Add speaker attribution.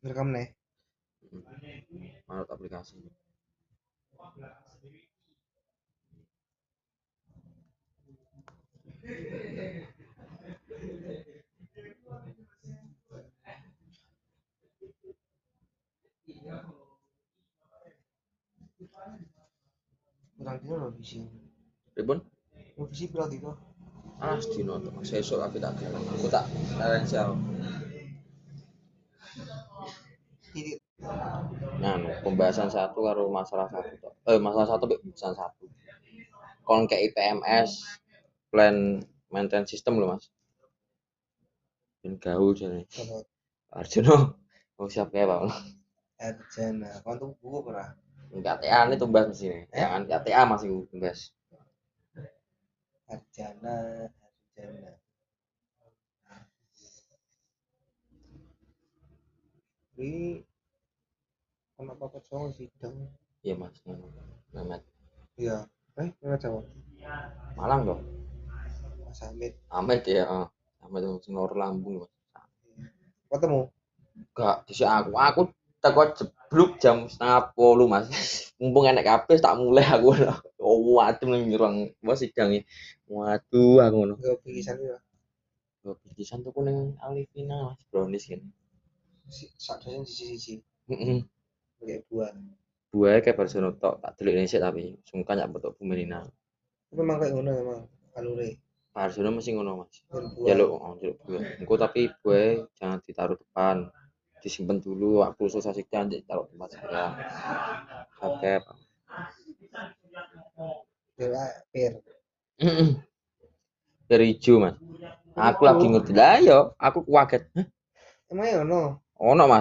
Speaker 1: Ngerekam neh.
Speaker 2: Manut aplikasi.
Speaker 1: Pirang dina revisi.
Speaker 2: Ribun,
Speaker 1: Revisi pirang dina?
Speaker 2: alas dino to. Sesuk aku tak gelem. Aku tak rencel.
Speaker 1: Titik
Speaker 2: Nah, no, pembahasan satu karo masalah satu to. Eh, masalah satu mbek pembahasan satu. Kon ke IPMS plan maintenance system lho, Mas. Ben gaul jane.
Speaker 1: kata
Speaker 2: Arjono, mau siap kayak Pak.
Speaker 1: Erjana. Kon tuh buku pernah.
Speaker 2: KTA ini tumbas mesin. Ya kan KTA masih tumbas.
Speaker 1: Erjana, Erjana. Ini kenapa kok cowok sih dong?
Speaker 2: Iya, Mas. Mehmet
Speaker 1: Iya. Eh, kenapa cowok?
Speaker 2: Malang dong.
Speaker 1: Mas Hamid.
Speaker 2: Ahmed ya, ah. Ahmed yang sing lor lambung. Mas.
Speaker 1: Ketemu.
Speaker 2: Gak dhisik aku. Aku teko jeblok jam setengah polu mas mumpung enek kabeh tak mulai aku oh waduh ning ruang wah sidang iki. waduh aku ngono
Speaker 1: Gak pikiran ya.
Speaker 2: dua bingkisan tuku ning Alifina mas brownies kan
Speaker 1: Si sakjane di sisi-sisi.
Speaker 2: heeh
Speaker 1: Kayak dua.
Speaker 2: buaya kayak Barcelona tok tak delik ini sih tapi sungkan ya betul pemerintah
Speaker 1: Memang kayak ngono memang alure.
Speaker 2: Barcelona mesti ngono mas
Speaker 1: Dan dua.
Speaker 2: ya lo oh, jeruk buah engko tapi buah jangan ditaruh depan disimpan dulu waktu susah sih jangan ditaruh tempat saya oke Pak.
Speaker 1: Dewa per.
Speaker 2: Mm-mm. dari hijau mas aku lagi ngerti lah yo aku kaget
Speaker 1: Emang ya ono.
Speaker 2: ono mas